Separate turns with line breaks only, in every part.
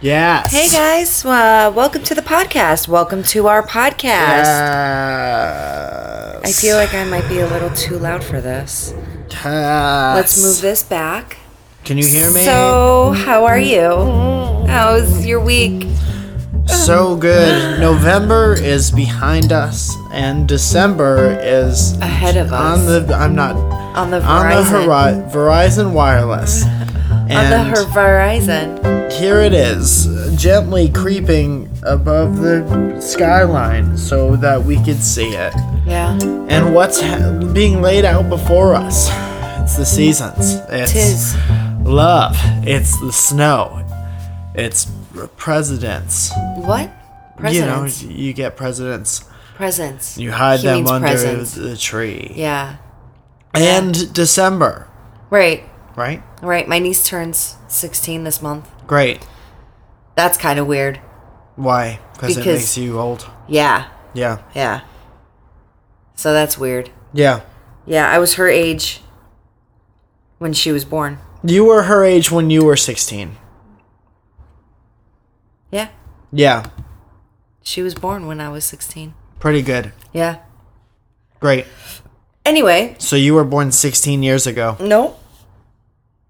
Yes.
Hey guys, uh, welcome to the podcast. Welcome to our podcast.
Yes.
I feel like I might be a little too loud for this.
Yes.
Let's move this back.
Can you hear me?
So, how are you? How's your week? um,
So good. November is behind us, and December is
Ahead of us.
on the. I'm not
On the
on the
Verizon.
Hori- Verizon Wireless.
on
And
the Verizon.
here it is, gently creeping above the skyline so that we could see it.
Yeah.
And what's ha- being laid out before us? It's the seasons. It's
Tis.
love. It's the snow. It's presidents.
What? Presidents.
You know, you get presidents.
Presents.
You hide
He
them
means
under
presents.
the tree.
Yeah.
And December,
Right.
right?
Right. My niece turns 16 this month.
Great.
That's kind of weird.
Why? Because it
Because-
makes you old.
Yeah.
Yeah.
Yeah. So that's weird.
Yeah.
Yeah, I was her age when she was born.
You were her age when you were 16.
Yeah,
Yeah.
she was born when I was 16.
Pretty good.
Yeah.
Great.
Anyway,
So you were born 16 years ago
nope,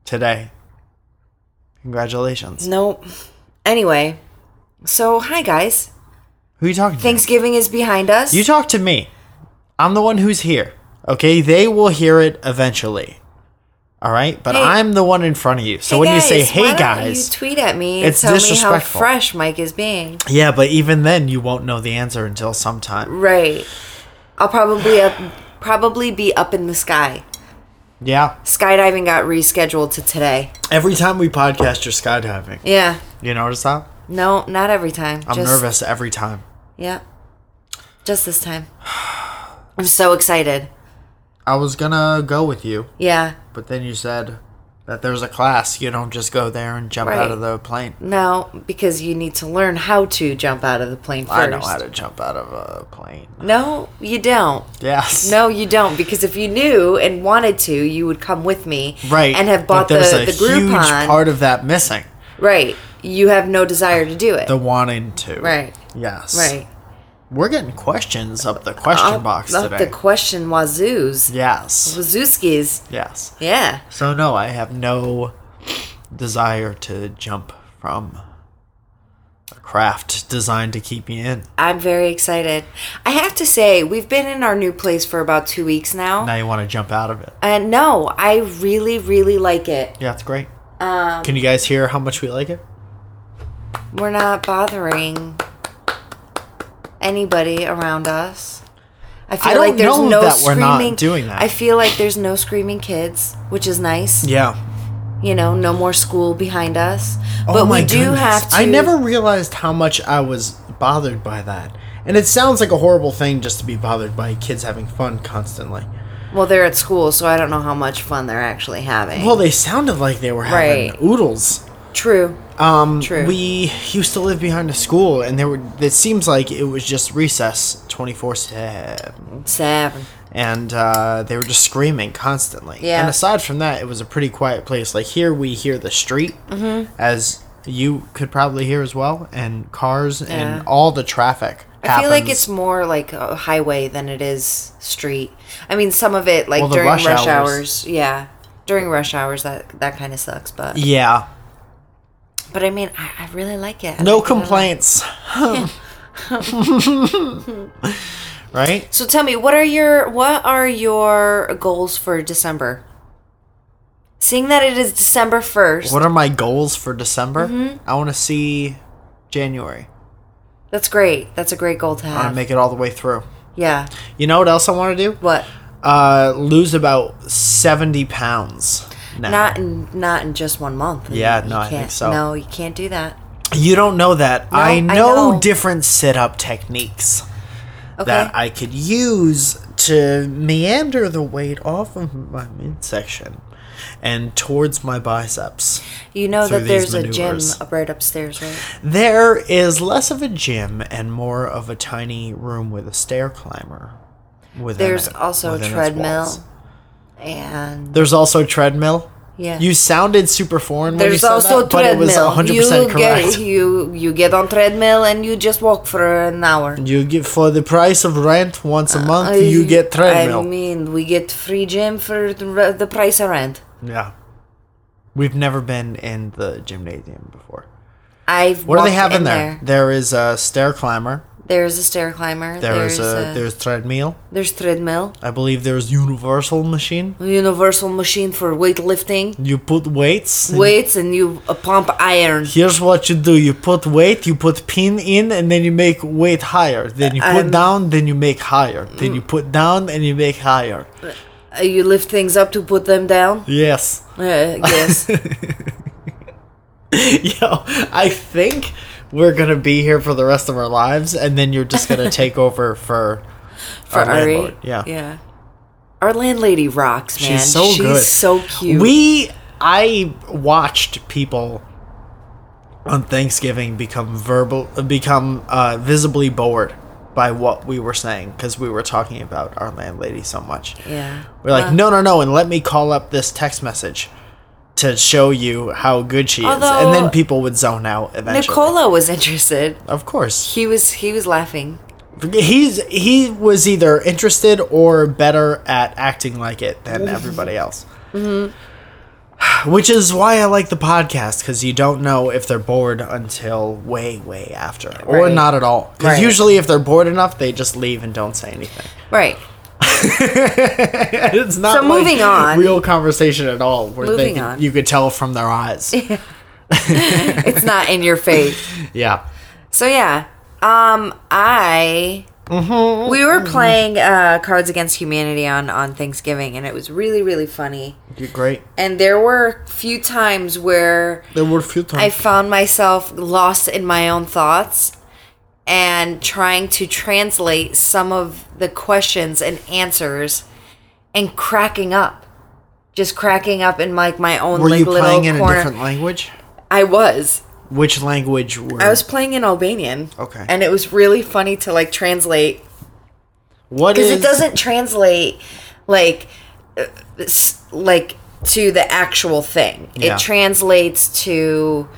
today. Congratulations.
nope. Anyway, so hi guys.
Who are you talking to?
Thanksgiving is behind us.
You talk to me. I'm the one who's here. Okay? They will hear it eventually. All right? But
Hey.
I'm the one in front of you. So
Hey,
when you
guys,
say,
why
hey
don't
guys.
you tweet at me and
it's
tell me how
disrespectful.
fresh Mike is being.
yeah, but even then, you won't know the answer until sometime.
Right. I'll probably up, probably be up in the sky.
Yeah.
Skydiving got rescheduled to today.
Every time we podcast, you're skydiving.
Yeah.
You notice that?
No, not every time.
I'm
Just-
nervous every time.
Yeah. Just this time. I'm so excited.
I was gonna go with you,
Yeah.
but then you said that there's a class. You don't just go there and jump out
Right.
of the plane.
No, because you need to learn how to jump out of the plane first.
I know how to jump out of a plane.
No, you don't.
Yes.
No, you don't. Because if you knew and wanted to, you would come with me.
Right.
And have bought
but
the,
there's a
the Groupon.
huge part of that missing.
right. You have no desire to do it.
The wanting to.
right.
Yes.
Right.
We're getting questions up the question
Up-
box
up
today.
the Mm-hmm. question wazoos.
yes.
Wazooskis.
Yes.
Yeah.
So no, I have no desire to jump from a craft designed to keep me in.
I'm very excited. I have to say, we've been in our new place for about two weeks now.
Now you want to jump out of it.
And Uh, no, I really, really like it.
Yeah, it's great.
Um,
Can you guys hear how much we like it?
We're not bothering anybody around us. I feel
don't
like there's
know
no
that we're
screaming.
not doing that.
I feel like there's no screaming kids, which is nice.
Yeah. Oh
You know, no more school behind us. but we do have to.
I never realized how much I was bothered by that. And it sounds like a horrible thing just to be bothered by kids having fun constantly.
Well, they're at school, so I don't know how much fun they're actually having.
Well, they sounded like they were having
Right.
oodles.
true.
Um,
True.
We used to live behind a school, and there were. It seems like it was just recess twenty four seven,
Seven.
and uh, they were just screaming constantly.
Yeah.
And aside from that, it was a pretty quiet place. Like here, we hear the street,
Mm-hmm.
as you could probably hear as well, and cars
Yeah.
and all the traffic.
I feel like
happens.
it's more like a highway than it is street. I mean, some of it like
Well, the
during
rush
rush, hours.
hours.
yeah. During rush hours, that that kind of sucks. But
yeah.
but I mean, I, I really like it. I
No
like it a lot.
complaints. right.
So tell me, what are your what are your goals for December? Seeing that it is December first,
What are my goals for December?
Mm-hmm.
I want to see January.
that's great. That's a great goal to
I want
have.
to make it all the way through.
yeah.
You know what else I want to do?
What?
Uh, lose about seventy pounds. Now.
Not in not in just one month.
Yeah, no, I think
can't,
so.
No, you can't do that.
you don't know that. I
I
know
know.
different sit-up techniques
Okay.
that I could use to meander the weight off of my midsection and towards my biceps.
you know
through
that
these
there's a gym
maneuvers.
up right upstairs, right?
There is less of a gym and more of a tiny room with a stair climber. Within
There's
it-
also a
within its
treadmill
walls.
and
There's also a treadmill.
Yeah.
You sounded super foreign when you
There's
said
also
that, but it
treadmill.
was 100%
you
correct.
get you you get on treadmill and you just walk for an hour.
You get for the price of rent once a month,
I-
you get treadmill.
I mean, we get free gym for the re- the price of rent.
yeah, we've never been in the gymnasium before.
I've
What do they
walked
have in there?
there?
There is a stair climber.
There's a stair climber.
there's a, there's treadmill.
there's treadmill.
I believe there's universal machine.
A universal machine for weightlifting.
You put weights. and-
Weights and you uh, pump iron.
Here's what you do: you put weight, you put pin in, and then you make weight higher. Then you put
I'm-
down, then you make higher. Then you put down, and you make higher.
Uh, you lift things up to put them down.
Yes.
Uh, yes.
Yo, I think we're gonna be here for the rest of our lives, and then you're just gonna take over for
for
our
Ari.
landlord. Yeah,
Yeah. Our landlady rocks, man.
she's so good.
so cute.
We, I watched people on Thanksgiving become verbal, become uh, visibly bored by what we were saying because we were talking about our landlady so much.
yeah.
We're like,
Wow.
no, no, no, and let me call up this text message to show you how good she is,
Although-
and then people would zone out eventually.
Nicola was interested.
of course.
He was he was laughing.
He's he was either interested or better at acting like it than
Mm-hmm.
everybody else. Which is why I like the podcast because you don't know if they're bored until way, way after, or
Right.
not at all. Because
Right.
usually, if they're bored enough, they just leave and don't say anything.
Right.
it's not
So
like
moving on.
real conversation at all. Where they
Moving
could-
on.
you could tell from their eyes.
It's not in your face.
yeah,
So yeah, um, I
Mm-hmm.
we were playing uh, Cards Against Humanity on on Thanksgiving, and it was really really funny.
you're great.
And there were a few times where
There were a few times.
I found myself lost in my own thoughts and trying to translate some of the questions and answers and cracking up. Just cracking up in like my own
were
like
you
little
playing in
corner.
a different language?
I was.
Which language were
I was playing in Albanian.
Okay.
And it was really funny to like translate
What
because
is
it doesn't translate like uh, s- like to the actual thing
Yeah.
it translates to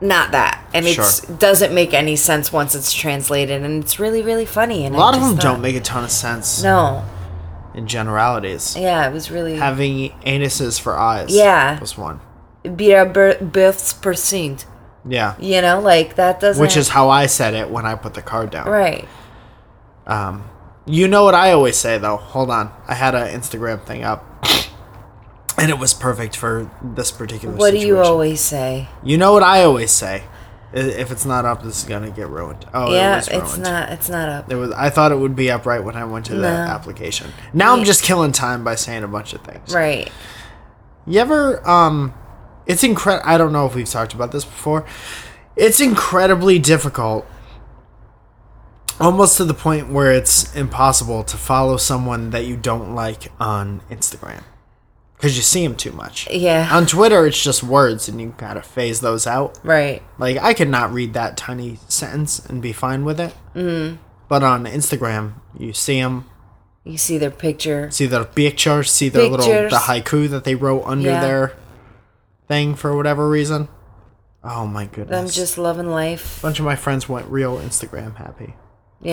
not that and it
Sure.
doesn't make any sense once it's translated and it's really really funny and
A lot of them don't make a ton of sense
no
in generalities.
yeah it was really
Having anuses for eyes.
Yeah.
Was one.
bira bir- births percent
Yeah.
you know like that doesn't
Which is how I said it when I put the card down.
right
Um, you know what I always say though. Hold on, I had an Instagram thing up, and it was perfect for this particular.
what do
situation.
you always say
You know what I always say. I- If it's not up, this is gonna get ruined. Oh, it
yeah
was ruined.
it's not it's not up
It was. I thought it would be up right when I went to the
No.
application. Now I'm just killing time by saying a bunch of things.
right
You ever um it's incred I don't know if we've talked about this before. It's incredibly difficult almost to the point where it's impossible to follow someone that you don't like on Instagram cuz you see them too much.
Yeah.
On Twitter it's just words and you can kind of phase those out.
right
Like I could not read that tiny sentence and be fine with it. Mm.
Mm-hmm.
But on Instagram, you see them
you see their picture
see their picture, see their little
Pictures.
the haiku that they wrote under
Yeah.
their thing for whatever reason. Oh my
them
goodness!
just loving life
a bunch of my friends went real Instagram happy.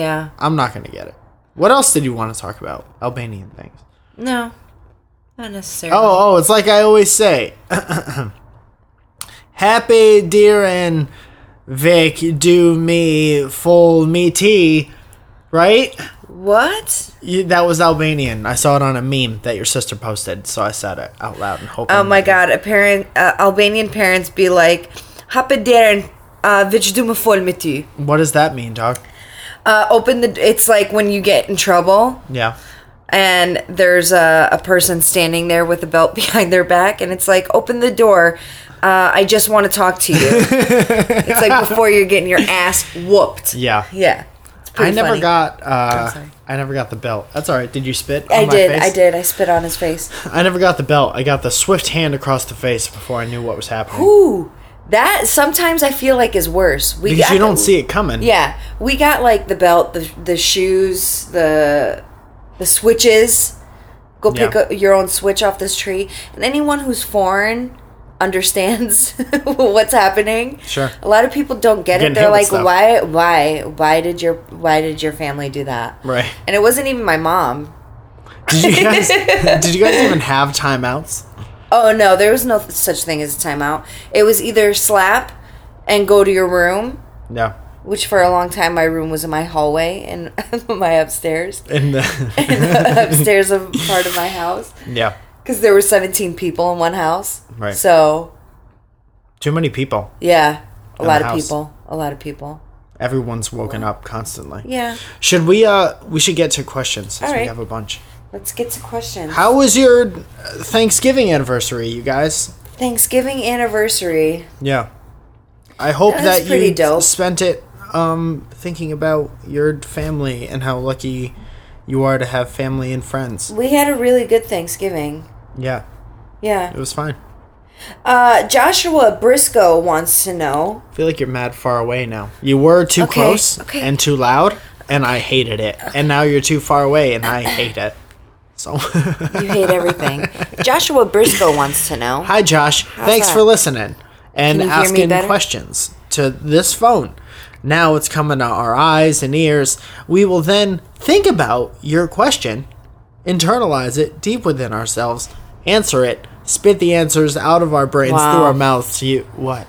yeah
I'm not gonna get it. What else did you want to talk about? Albanian things.
No, not necessarily.
Oh, oh, it's like I always say. happy dear and Vic do me full me tea, right?
what?
You, that was Albanian. I saw it on a meme that your sister posted, so I said it out loud and hoping.
Oh my God! A parent, uh, Albanian parents, be like, "Hapë derën, uh, veç du më fol me ty."
What does that mean, dog?
Uh, open the. It's like when you get in trouble
Yeah.
and there's a, a person standing there with a belt behind their back, and it's like, "Open the door." Uh, I just want to talk to you. it's like before you're getting your ass whooped.
Yeah.
Yeah. It's
I
pretty
never
funny.
got uh
sorry.
I never got the belt. That's all right. Did you spit? on
I
my
did.
face?
I did. I spit on his face.
I never got the belt. I got the swift hand across the face before I knew what was happening.
Ooh, that sometimes I feel like is worse. We
because
got
you
the-
don't see it coming.
Yeah, we got like the belt, the the shoes, the the switches, Go pick
Yeah.
a, your own switch off this tree. And anyone who's foreign understands what's happening.
Sure.
A lot of people don't get
Getting
it. They're
hit with
like,
stuff.
why, why, why did your, why did your family do that?
Right.
And it wasn't even my mom.
Did you guys? did you guys even have timeouts?
Oh no, there was no such thing as a timeout. It was either slap and go to your room,
No.
which for a long time my room was in my hallway and my upstairs,
In the
upstairs of part of my house
yeah,
because there were 17 people in one house.
Right.
So
too many people.
yeah, a
In
lot
the
of
house.
people, a lot of people.
Everyone's woken up constantly.
Yeah,
Should we? Uh, we should get to questions since
All
we
right.
have a bunch.
let's get to questions.
How was your uh, Thanksgiving anniversary, you guys?
Thanksgiving anniversary.
Yeah. I hope
That was
that
pretty
you
dope.
spent it um, thinking about your family and how lucky you are to have family and friends.
We had a really good Thanksgiving.
Yeah, it
Yeah.
was fine.
Uh, Joshua Briscoe wants to know.
I feel like you're mad far away now. You were too
Okay,
close
okay.
and too loud, and I hated it. And now you're too far away, and I hate it. So,
You hate everything. Joshua Briscoe wants to know.
hi, Josh. Thanks
that?
for listening and
Can you hear me
asking
better?
questions to this phone. Now it's coming to our eyes and ears. We will then think about your question, internalize it deep within ourselves, answer it, spit the answers out of our brains through
Wow.
our mouths to you. What?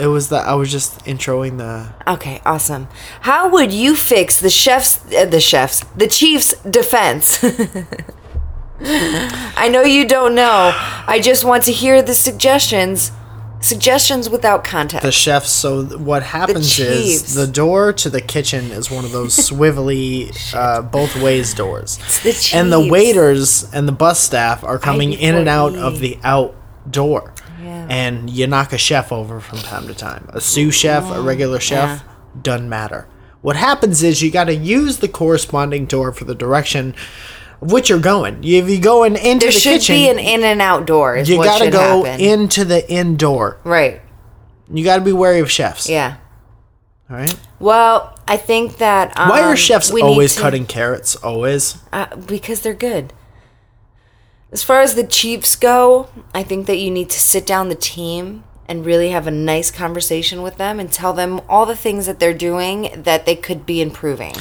It was the I was just introing the
Okay, awesome. How would you fix the chef's, uh, the chef's, the Chiefs' defense? I know you don't know. I just want to hear the suggestions, suggestions without context.
the chef. So th- what happens is
Chiefs.
the door to the kitchen is one of those swivelly uh, both ways doors,
the Chiefs.
and the waiters and the bus staff are coming in and out
IB4E.
of the outdoor,
Yeah.
and you knock a chef over from time to time, a sous chef, a regular chef, doesn't matter. What happens is you got to use the corresponding door for the direction of which you're going. If you go in into
there
the
should
kitchen,
be an in and out door. Is
you
what
got to
should
go
happen.
into the indoor.
Right.
You got to be wary of chefs.
Yeah.
All right.
Well, I think that. Um,
Why are chefs
we need
always
to-
cutting carrots? Always.
Uh, because they're good. As far as the Chiefs go, I think that you need to sit down the team and really have a nice conversation with them and tell them all the things that they're doing that they could be improving.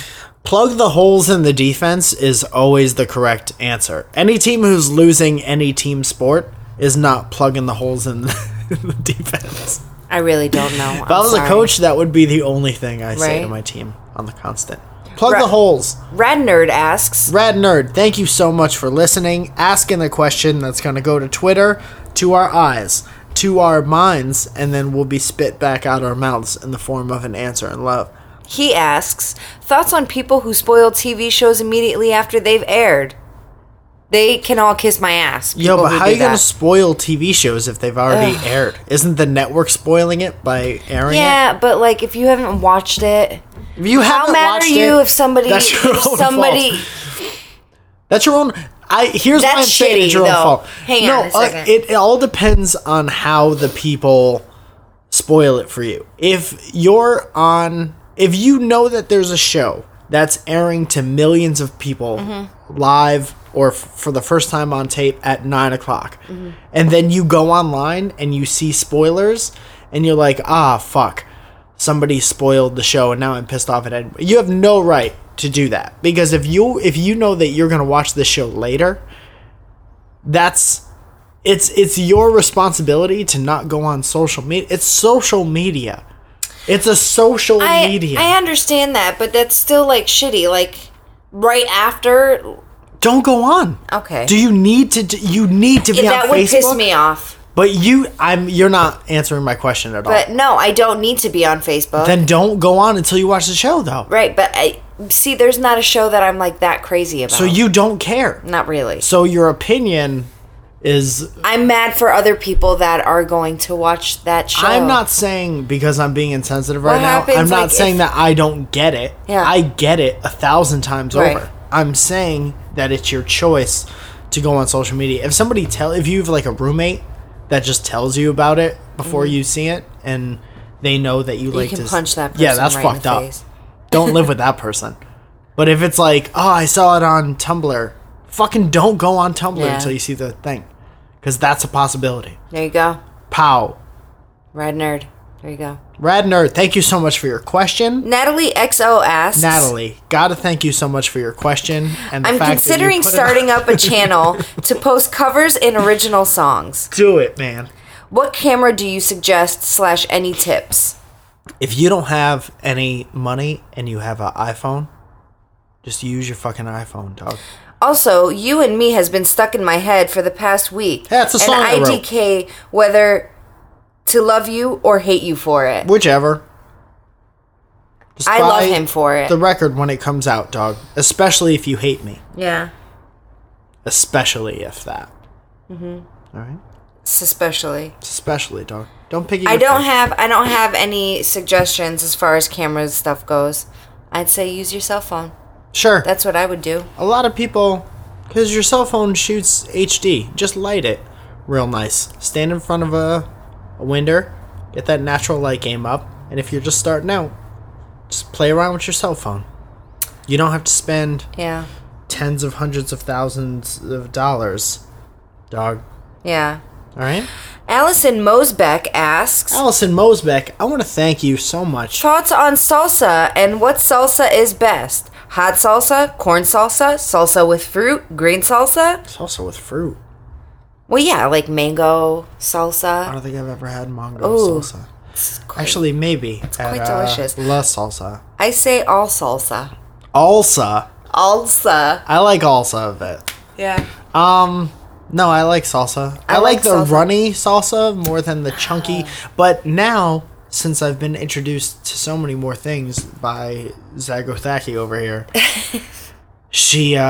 Plug the holes in the defense is always the correct answer. Any team who's losing any team sport is not plugging the holes in the defense.
I really don't know.
If I was a coach, that would be the only thing I say to
Right.
my team on the constant. Plug
Ra-
the holes.
Rad Nerd asks,
Rad Nerd, thank you so much for listening, asking the question that's going to go to Twitter, to our eyes, to our minds, and then will be spit back out our mouths in the form of an answer and love.
he asks, thoughts on people who spoil TV shows immediately after they've aired? They can all kiss my ass.
Yo,
people
but
who
how
do
are you going to
that.
spoil TV shows if they've already aired? Isn't the network spoiling it by airing it?
Yeah, but like if you haven't watched it,
If you
how
haven't
mad are
watched
you
it,
if somebody
that's your
if
own
somebody
fault. That's your own. I here's why
That's
I'm saying it's
shitty,
your own
though.
fault.
Hang
no,
on a
uh,
second.
it, it all depends on how the people spoil it for you. If you're on, if you know that there's a show that's airing to millions of people live or f- for the first time on tape at nine o'clock, and then you go online and you see spoilers, and you're like, ah, fuck somebody spoiled the show and now I'm pissed off at it. You have no right to do that because if you if you know that you're going to watch this show later, that's it's it's your responsibility to not go on social media. It's social media. It's a social
I,
media.
I understand that, but that's still like shitty. Like right after,
Don't go on.
okay,
Do you need to do, you need to be
that
on
would
Facebook?
piss me off.
But you I'm you're not answering my question at all.
But no, I don't need to be on Facebook.
Oh. Then don't go on until you watch the show though.
right, but I see. There's not a show that I'm like that crazy about.
So you don't care.
not really.
So your opinion is
I'm mad for other people that are going to watch that show.
I'm not saying because I'm being insensitive right
Oh. What
now.
happens,
I'm not
like,
saying
if-
that I don't get it.
Yeah.
I get it a thousand times
Right.
over. I'm saying that it's your choice to go on social media. If somebody tell if you have like a roommate that just tells you about it before you see it and they know that you
Mm-hmm. You
like
can
to s-
punch that. Person
yeah, that's
right in
fucked
the
up.
Face.
Don't live with that person. But if it's like, oh, I saw it on Tumblr fucking don't go on Tumblr
Yeah.
until you see the thing, because that's a possibility.
There you go.
Pow.
Rad nerd. There you go.
Rad nerd, thank you so much for your question.
Natalie XO asks.
Natalie, gotta thank you so much for your question. And the
I'm
fact
considering
that you put it out-
starting up a channel to post covers and original songs.
Do it, man.
What camera do you suggest slash any tips?
If you don't have any money and you have an iPhone, just use your fucking iPhone, dog.
Also, you and me has been stuck in my head for the past week.
Yeah, it's a song I
And
wrote.
IDK whether to love you or hate you for it.
Whichever. Just
I love
buy
him for it.
The record when it comes out, dog. Especially if you hate me.
yeah.
Especially if that. Mm-hmm. All right.
Especially.
Especially, dog. Don't pick.
I don't have I don't have any suggestions as far as cameras stuff goes. I'd say use your cell phone.
Sure.
That's what I would do.
a lot of people because your cell phone shoots hd just light it real nice stand in front of a, a window get that natural light game up and if you're just starting out just play around with your cell phone you don't have to spend
Yeah.
tens of hundreds of thousands of dollars dog
Yeah.
all right
Allison Mosbeck asks
allison mosbeck i want to thank you so much
Thoughts on salsa and what salsa is best? Hot salsa, corn salsa, salsa with fruit, green salsa?
it's also with fruit
Well, yeah, like mango
i
salsa.
don't think i've ever had mango
Ooh.
salsa
It's quite-
actually maybe it's
quite delicious.
la salsa
I say all salsa.
alsa
Alsa.
I like salsa of it.
Yeah.
Um, no, I like salsa. I, like,
like
the
salsa.
runny salsa more than the chunky. But now, since I've been introduced to so many more things by Zagothaki over here, she, uh,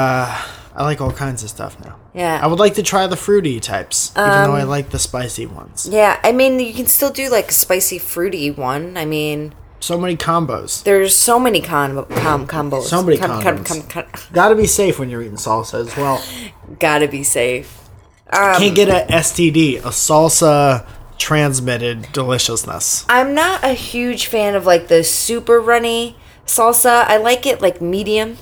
I like all kinds of stuff now.
Yeah.
I would like to try the fruity types, even though I like the spicy ones.
Yeah, I mean, you can still do like a spicy fruity one. I mean,
So many combos.
there's so many com- com- combos.
So many
com-
combos. Gotta be safe when you're eating salsa as well.
Gotta be safe.
Can't get a STD, a salsa transmitted deliciousness.
I'm not a huge fan of like the super runny salsa. I like it like medium.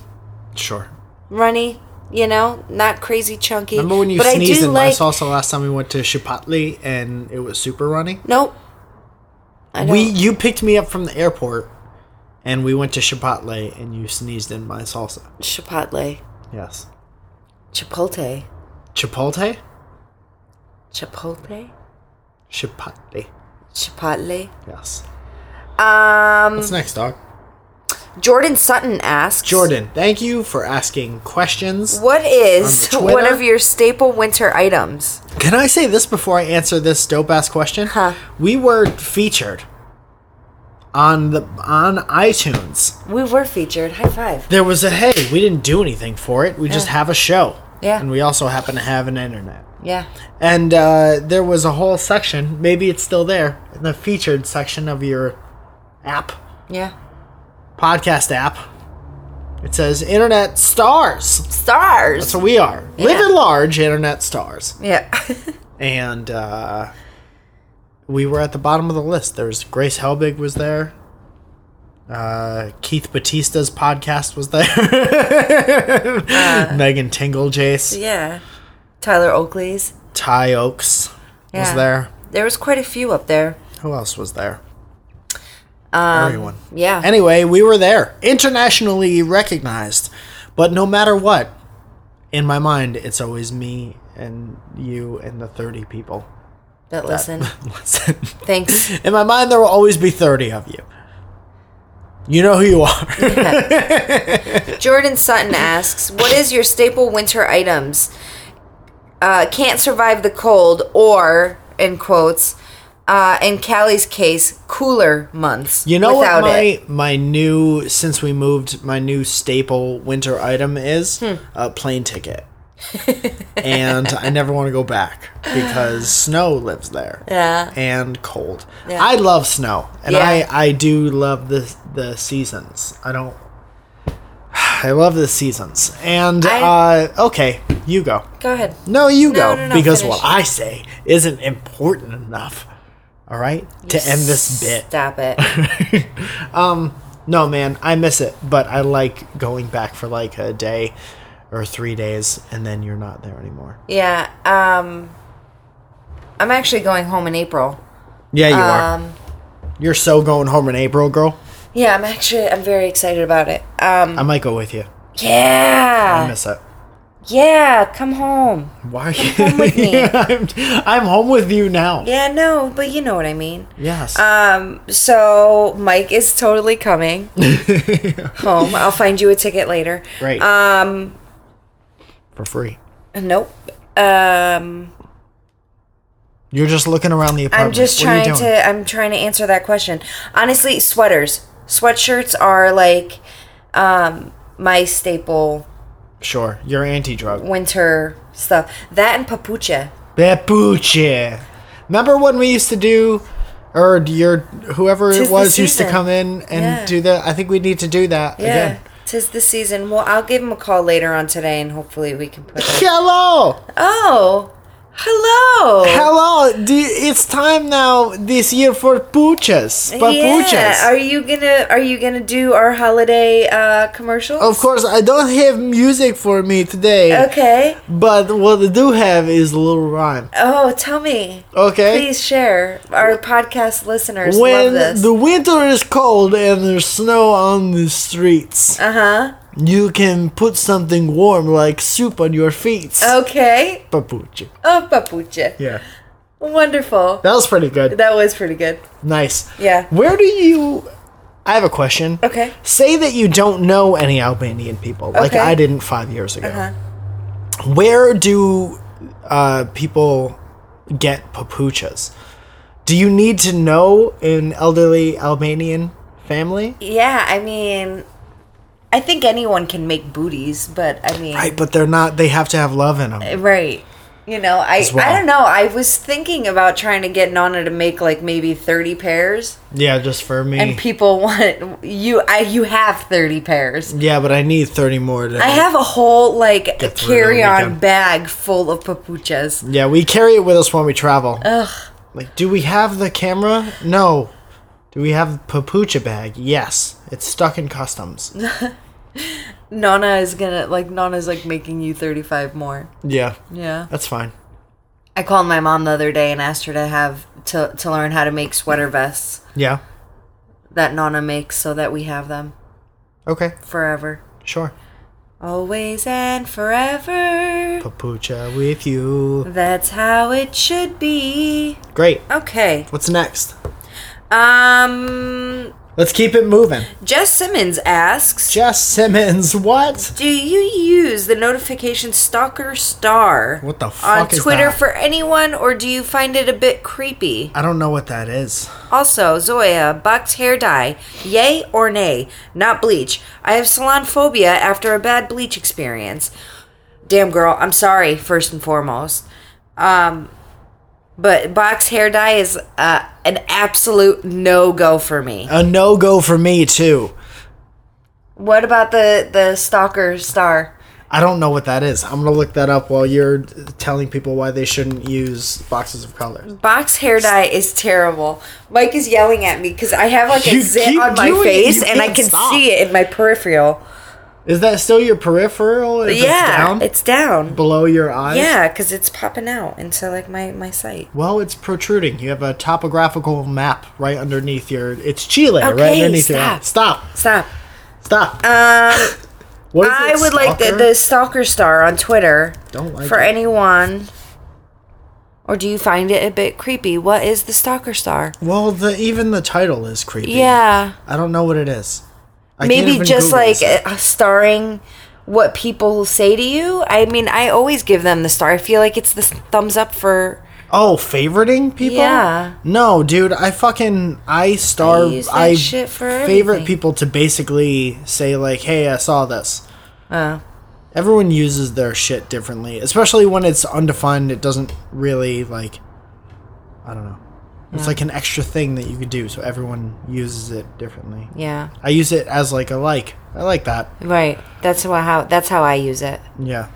Sure.
runny, you know, not crazy chunky.
Remember when you
but I
sneezed
do
in
like,
my salsa last time we went to Chipotle and it was super runny?
Nope. I don't.
We you picked me up from the airport and we went to Chipotle and you sneezed in my salsa.
Chipotle.
Yes.
Chipotle.
Chipotle?
Chipotle?
Chipotle.
Chipotle.
Yes.
Um,
What's next, dog?
Jordan Sutton asks
Jordan, thank you for asking questions.
What is
On
one
Twitter?
of your staple winter items?
Can I say this before I answer this dope ass question?
Huh.
We were featured on the on iTunes.
We were featured. High five.
There was a hey, we didn't do anything for it. We just have a show.
Yeah.
And we also happen to have an internet.
Yeah.
And uh, there was a whole section, maybe it's still there, in the featured section of your app,
Yeah.
podcast app. It says internet stars.
Stars.
So we are.
Yeah.
Living large internet stars.
yeah.
And uh, we were at the bottom of the list. There was Grace Helbig was there. Uh, Keith Batista's podcast was there.
Uh.
Megan Tingle Jace.
yeah. Tyler Oakley's.
Ty Oaks was
Yeah.
there.
There was quite a few up there.
Who else was there? Everyone.
Um, Yeah.
Anyway, we were there, internationally recognized. But no matter what, in my mind, it's always me and you and the 30 people.
that listen.
Listen.
Thanks.
in my mind, there will always be 30 of you. You know who you are.
Jordan Sutton asks, "What is your staple winter items? Uh, can't survive the cold, or in quotes, uh, in Callie's case, cooler months.
You know
without
what my
it.
my new since we moved my new staple winter item is
Hmm.
a plane ticket, and I never want to go back because snow lives there.
Yeah.
and cold.
Yeah.
I love snow, and
Yeah.
I I do love the the seasons. I don't. I love the seasons, and
I-
uh, okay, you go.
Go ahead.
No, you go
no, no,
because
finish.
what I say isn't important enough. All right, to end this bit.
Stop it.
No, man, I miss it, but I like going back for like a day or three days, and then you're not there anymore.
Yeah. Um, I'm actually going home in April.
Yeah, you are.
Um,
You're so going home in April, girl.
yeah, I'm actually I'm very excited about it. Um,
I might go with you. I
yeah,
miss it.
yeah, come home.
Why are you?
home with me.
I'm, I'm home with you now.
Yeah, no, but you know what I mean.
Yes.
Um, so Mike is totally coming home. I'll find you a ticket later.
Great.
Um,
For free.
nope. Um,
You're just looking around the apartment.
I'm just
What are you
trying
doing?
to. I'm trying to answer that question. Honestly, sweaters, sweatshirts are like, um, my staple
Sure. You're anti-drug.
winter stuff. That and papucha.
Bepuche. Remember when we used to do, or your whoever
Tis
it
the
was used to
season.
come in and
Yeah.
do that. I think we need to do that
Yeah.
again.
Tis the season. Well, I'll give him a call later on today, and hopefully we can put. That.
Hello.
Oh, hello.
Hello, D- it's time now this year for pooches, papuchas.
Yeah. Are you gonna Are you gonna do our holiday uh, commercials?
of course, I don't have music for me today,
Okay.
but what I do have is a little rhyme.
Oh, tell me.
Okay.
Please share. Our podcast listeners love
when
this.
the winter is cold and there's snow on the streets,
uh huh.
you can put something warm like soup on your feet.
Oh. Okay.
Papucha.
Oh, papucha.
Yeah,
Wonderful.
that was pretty good.
That was pretty good.
Nice.
Yeah.
Where do you? I have a question.
Okay.
Say that you don't know any Albanian people, like
Okay. Uh-huh.
I didn't five years ago. Where do uh, people get papuchas? Do you need to know an elderly Albanian family?
Yeah, I mean, I think anyone can make booties, but I mean,
Right, but they're not. They have to have love in them.
right. You know, I
well.
I don't know. I was thinking about trying to get Nana to make like maybe thirty pairs,
Yeah, just for me.
and people want you. I you have thirty pairs.
yeah, but I need thirty more. To
I have a whole like
Get through the
carry-on
weekend.
bag full of papuchas.
Yeah, we carry it with us when we travel. Ugh. Like, do we have the camera? No. Do we have papucha bag? Yes. It's stuck in customs.
Nana is gonna like Nana's like making you thirty-five more.
yeah,
Yeah.
that's fine.
I called my mom the other day and asked her to have to to learn how to make sweater vests
Yeah.
that Nana makes so that we have them
Okay.
forever.
Sure.
Always and forever.
Papucha with you.
That's how it should be.
Great.
Okay.
What's next?
Um
Let's keep it moving.
Jess Simmons asks,
Jess Simmons, what?
"Do you use the notification stalker star
What the fuck
on
is
Twitter
that?
for anyone or do you find it a bit creepy?"
I don't know what that is.
Also, Zoya, box hair dye, yay or nay, not bleach. I have salon phobia after a bad bleach experience. Damn girl, I'm sorry, first and foremost. Um, but box hair dye is uh, an absolute no go for me.
A no go for me, too.
What about the, the stalker star?
I don't know what that is. I'm gonna look that up while you're telling people why they shouldn't use boxes of colors.
Box hair dye is terrible. Mike is yelling at me because I have like a
You
zit
keep
on my
doing it.
face
You
and I
can't
can
stop.
see it in my peripheral.
Is that still your peripheral? If
yeah,
it's down
it's down.
below your eyes.
Yeah, because it's popping out into like my my sight.
Well, it's protruding. You have a topographical map right underneath your. It's Chile, right
Okay,
underneath your.
stop.
eye. Stop!
Stop.
Stop!
Um,
What is
I
it,
would like the,
stalker?
the stalker star on Twitter
Don't like
for
it.
anyone. Or do you find it a bit creepy? What is the stalker star?
Well, the even the title is creepy.
Yeah,
I don't know what it is. I can't
maybe
even
just
Google
like
this.
uh, starring what people say to you. I mean, I always give them the star. I feel like it's the s- thumbs up for.
Oh, favoriting people?
Yeah.
No, dude, I fucking I star
I use that shit for
favorite
everything.
people to basically say like, "Hey, I saw this."
Uh,
Everyone uses their shit differently, especially when it's undefined. It doesn't really like I don't know. It's like an extra thing that you could do, so everyone uses it differently.
yeah,
I use it as like a like. I like that.
right. That's wha- how. That's how I use it.
Yeah.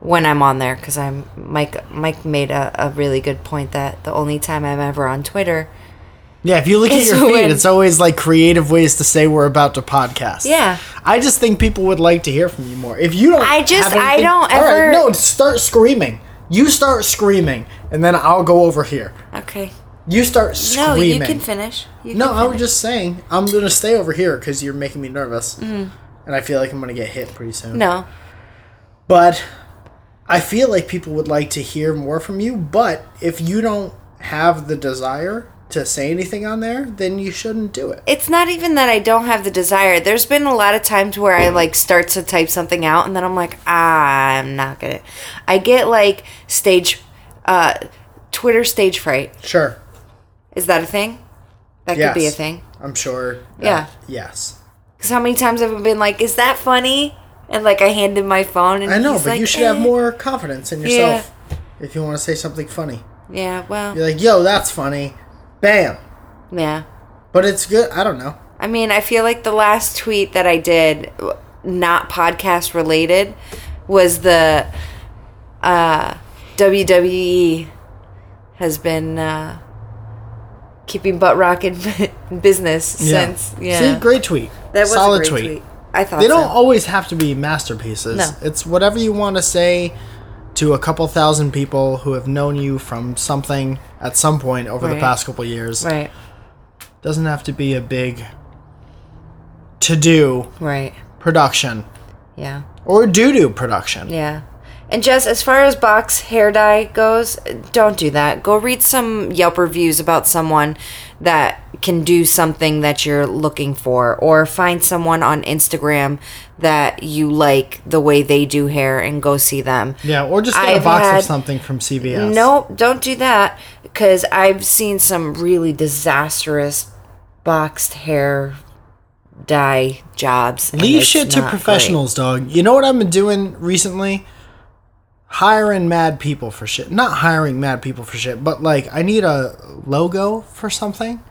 when I'm on there because I'm Mike. Mike made a, a really good point that the only time I'm ever on Twitter
Yeah, if you look at
It's
your
a
feed,
win.
it's always like creative ways to say we're about to podcast.
Yeah.
I just think people would like to hear from you more. If you don't,
I just-
have
I
anything-
don't
All right,
ever-
no, start screaming. You start screaming, and then I'll go over here.
Okay.
You start
No,
screaming.
you can finish. You
No,
can
I was
finish.
just saying I'm gonna stay over here because you're making me nervous, and I feel like I'm gonna get hit pretty soon.
Mm-hmm. No.
But I feel like people would like to hear more from you. But if you don't have the desire to say anything on there, then you shouldn't do it.
It's not even that I don't have the desire. There's been a lot of times where I like start to type something out and then I'm like, ah, I'm not gonna. I get like stage, uh, Twitter stage fright.
Sure.
Is that a thing? That
Yes.
could be a thing.
I'm sure. that-
Yeah.
Yes.
Because how many times have I been like, is that funny? And like I hand him my phone and
I know,
he's
but
like,
you should
"Eh."
have more confidence in yourself if you want to say something funny.
Yeah. Well.
You're like, yo, that's funny. Bam.
Yeah.
But it's good. I don't know.
I mean, I feel like the last tweet that I did, w- not podcast related, was the uh, WWE has been uh, keeping butt rock in business since. Yeah,
See, great tweet.
that was
Solid
a great tweet.
tweet.
I thought
They don't
so.
always have to be masterpieces.
No.
It's whatever you want to say to a couple thousand people who have known you from something at some point over the
Right.
past couple years.
Right,
Doesn't have to be a big to do
right,
production
yeah.
or doo doo production.
Yeah. And Jess, as far as box hair dye goes, don't do that. Go read some Yelp reviews about someone that can do something that you're looking for, or find someone on Instagram that you like the way they do hair and go see them.
Yeah, or just get a
I've
box
had-
of something from CVS.
Nope, don't do that because I've seen some really disastrous boxed hair dye jobs. and
Leave
it's
shit to
not great.
professionals, dog. You know what I've been doing recently? Hiring mad people for shit. Not hiring mad people for shit, but like I need a logo for something.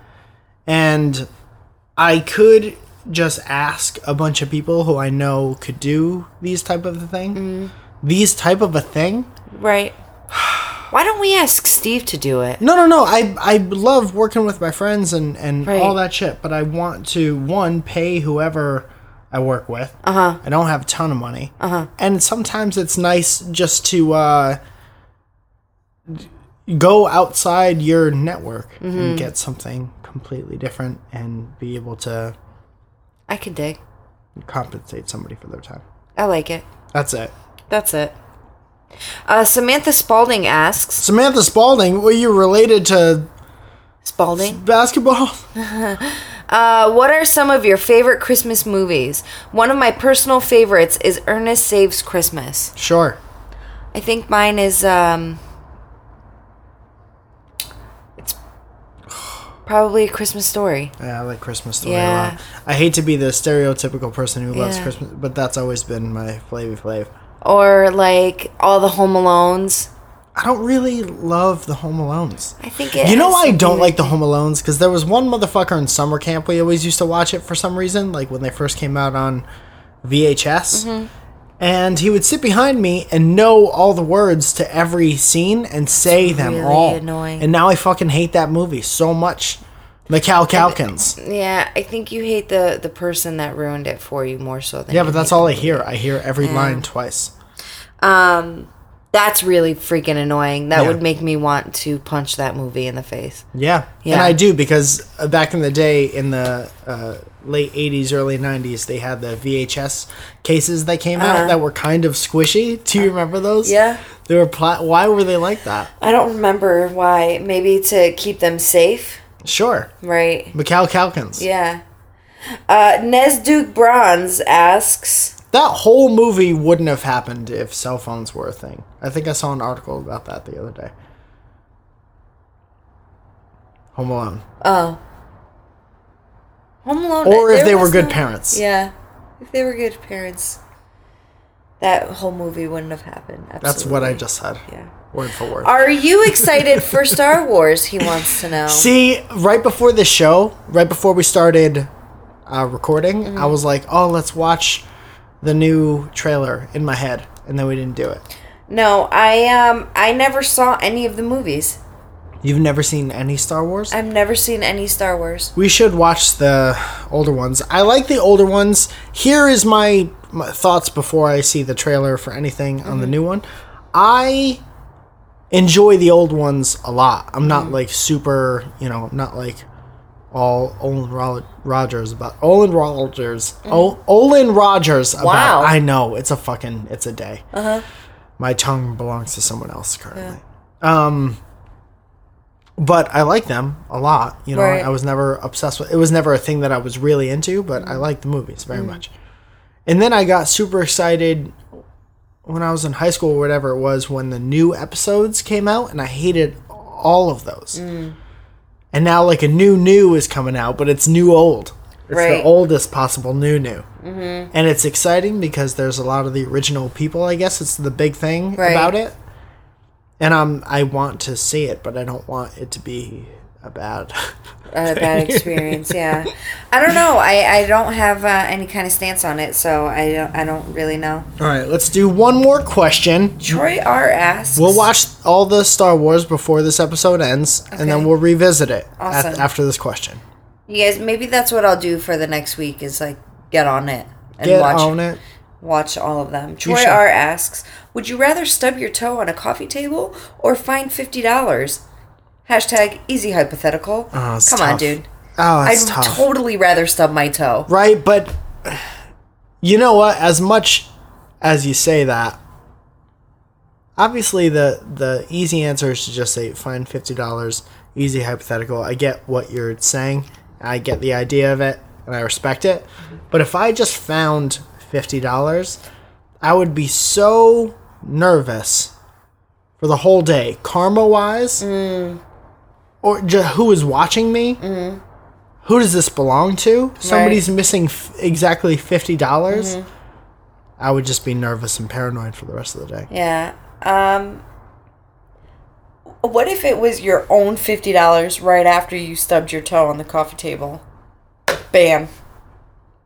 And I could just ask a bunch of people who I know could do these type of a thing.
Mm.
These type of a thing.
Right. Why don't we ask Steve to do it?
No, no, no. I I love working with my friends and and
Right.
all that shit, but I want to one pay whoever I work with. Uh huh. I don't have a ton of money. Uh huh. And sometimes it's nice just to uh, go outside your network and get something completely different and be able to
I can dig.
compensate somebody for their time.
I like it.
That's it.
That's it. Uh, Samantha Spalding asks
Samantha Spalding, were you related to
Spalding,
basketball?
uh, what are some of your favorite Christmas movies? One of my personal favorites is Ernest Saves Christmas.
Sure.
I think mine is um, it's probably a Christmas story.
Yeah, I like Christmas story a
Yeah.
lot. I hate to be the stereotypical person who loves
Yeah.
Christmas, but that's always been my flavy flav.
Or like all the Home Alones.
I don't really love the Home Alones.
I think it
You know
has
why I
something
don't
to-
like the Home Alones? Because there was one motherfucker in summer camp we always used to watch it for some reason, like when they first came out on VHS.
Mm-hmm.
And he would sit behind me and know all the words to every scene and say them
really
all.
annoying.
And now I fucking hate that movie so much. Mikal Calkins.
Yeah, I think you hate the the person that ruined it for you more so than
Yeah,
you
but that's
hate
all
the
I hear. I hear every line twice.
Um, that's really freaking annoying. That
Yeah.
would make me want to punch that movie in the face.
Yeah. And
Yeah.
I do because uh, back in the day, in the uh, late 80s, early 90s, they had the VHS cases that came out that were kind of squishy. Do you remember those?
Uh-huh. yeah.
They were pla- Why were they like that?
I don't remember why. Maybe to keep them safe,
Sure.
right?
Mikal Calkins.
Yeah. Uh, Nez Duke Bronze asks,
That whole movie wouldn't have happened if cell phones were a thing. I think I saw an article about that the other day. Home Alone.
"Oh, Home Alone."
Or if
there
they were
was
good
no-
parents.
Yeah, if they were good parents, that whole movie wouldn't have happened.
That's what I
absolutely.
just said.
Yeah.
Word for word.
Are you excited for Star Wars? He wants to know.
See, right before the show, right before we started uh, recording, I was like, "Oh, let's watch the new trailer" in my head, and then we didn't do it.
No, I um I never saw any of the movies.
You've never seen any Star Wars?
I've never seen any Star Wars.
we should watch the older ones. I like the older ones. Here is my, my thoughts before I see the trailer for anything on the new one. I enjoy the old ones a lot. I'm not like super, you know, I'm not like all Olin Ro- Rogers about Olin Rogers. Oh, Olin Rogers about.
Wow.
I know it's a fucking it's a day. Uh-huh. My tongue belongs to someone else currently. Um but I like them a lot. You know,
Right.
I was never obsessed with it was never a thing that I was really into, but
Mm.
I liked the movies very much. And then I got super excited when I was in high school or whatever it was when the new episodes came out and I hated all of those.
Mm.
And now like a new new is coming out, but it's new old. It's
Right.
the oldest possible new new. Mm-hmm. And it's exciting because there's a lot of the original people, I guess. It's the big thing
Right.
about it. And I'm I want to see it, but I don't want it to be a bad
A uh, bad experience, yeah. I don't know. I, I don't have uh, any kind of stance on it, so I don't I don't really know.
All right, let's do one more question.
Troy R asks.
We'll watch all the Star Wars before this episode ends, and
Okay.
then we'll revisit it at-
Awesome.
after this question.
You guys, maybe that's what I'll do for the next week is like get on it and
Get
watch
on it.
watch all of them. Troy
should.
R asks, "Would you rather stub your toe on a coffee table or find fifty dollars?" Hashtag easy hypothetical.
Oh, it's
Come on,
tough.
dude.
Oh,
I'd
it's tough.
totally rather stub my toe.
right, but you know what? As much as you say that, obviously the the easy answer is to just say find fifty dollars. Easy hypothetical. I get what you're saying. I get the idea of it, and I respect it. But if I just found fifty dollars, I would be so nervous for the whole day, karma wise, or ju- who is watching me. Who does this belong to? Somebody's missing f- exactly fifty dollars. I would just be nervous and paranoid for the rest of the day.
Yeah. Um. What if it was your own fifty dollars right after you stubbed your toe on the coffee table? Bam.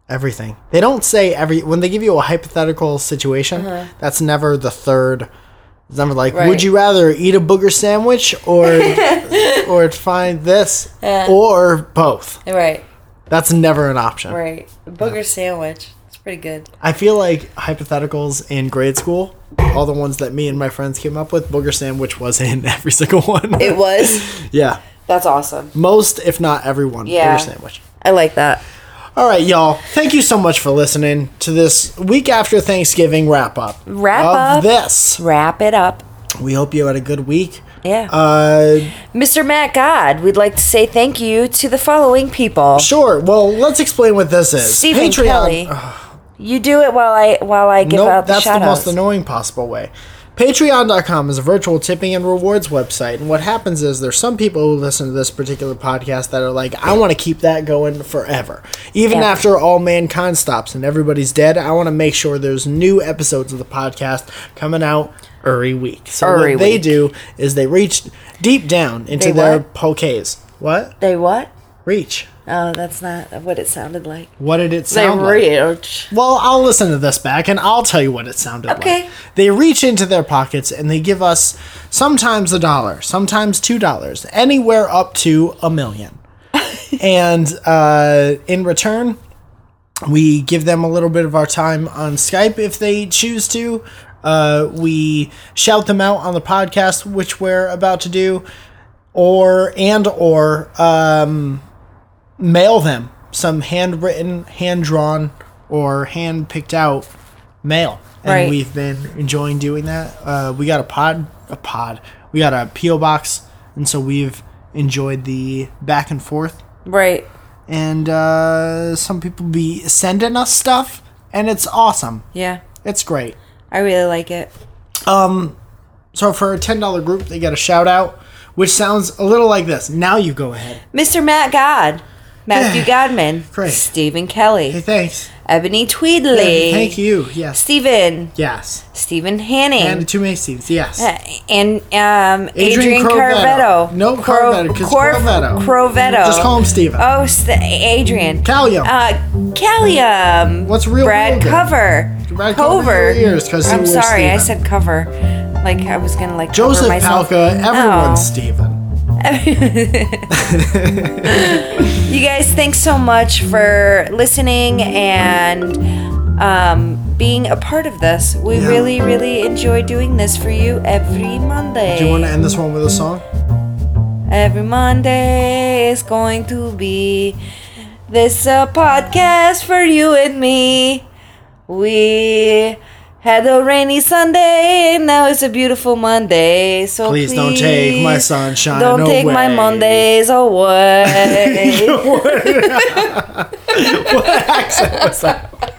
Everything they don't say every when they give you a hypothetical situation. That's never the third. It's never like,
Uh-huh. Right.
would you rather eat a booger sandwich or or find this or both?
Right.
That's never an option.
Right. Booger sandwich. It's pretty good.
I feel like hypotheticals in grade school, all the ones that me and my friends came up with, booger sandwich was in every single one.
It was.
yeah.
That's awesome.
most, if not everyone,
Yeah.
burger sandwich.
I like that.
All right, y'all. Thank you so much for listening to this week after Thanksgiving wrap up.
Wrap
of
up.
this.
Wrap it up.
We hope you had a good week.
Yeah.
Uh,
Mr. Matt God, we'd like to say thank you to the following people.
sure. Well, let's explain what this is.
Stephen
Patreon. Uh,
Kelly. You do it while I while I give
Nope,
out the
that's the
shout outs.
most annoying possible way. Patreon.com is a virtual tipping and rewards website, and what happens is there's some people who listen to this particular podcast that are like, I want to keep that going forever. Even
Yeah.
after all mankind stops and everybody's dead, I want to make sure there's new episodes of the podcast coming out every week. So
Every
what they
week.
do is they reach deep down into
They
their
what?
pokés. What?
they what?
Reach.
Oh, that's not what it sounded like.
What did it sound like?
reach.
Well, I'll listen to this back and I'll tell you what it sounded
Okay.
like. They reach into their pockets and they give us sometimes a dollar, sometimes two dollars, anywhere up to a million. and uh, in return, we give them a little bit of our time on Skype if they choose to. Uh, we shout them out on the podcast, which we're about to do, or and or um, mail them some handwritten, hand drawn, or hand picked out mail. And
Right.
we've been enjoying doing that. Uh, we got a pod, a pod. We got a PO box, and so we've enjoyed the back and forth
Right.
and uh, some people be sending us stuff, and it's awesome.
Yeah.
It's great. Um,
I really like it.
So for a ten dollar group, they get a shout out, which sounds a little like this. Now you go ahead.
Mr. Matt God. Matthew Godman.
Great.
Stephen Kelly.
Hey, thanks.
Ebony Tweedley.
Thank you. Yes.
Stephen.
Yes.
Stephen Hanning.
And two Macy's. Yes.
Uh, and um, Adrian,
Adrian
Carvetto.
Corvetto. No, Corvetto, 'cause Corvetto.
Corvetto.
Just call him Steven.
Oh, St- Adrian.
Callium.
Uh, Callium.
What's real
Brad
real
Cover.
Brad cover your ears, 'cause
I'm
we're
sorry, I
Steven.
said cover. Like I was gonna like cover
Joseph
myself.
Palka. Everyone's
Oh.
Steven.
you guys, thanks so much for listening and um, being a part of this. We
Yeah.
really, really enjoy doing this for you every Monday.
Do you want to end this one with a song?
Every Monday is going to be this a podcast for you and me. We had a rainy Sunday, and now it's a beautiful Monday. So
Please don't take my
please
sunshine
Don't
away.
take my Mondays away.
what accent was that?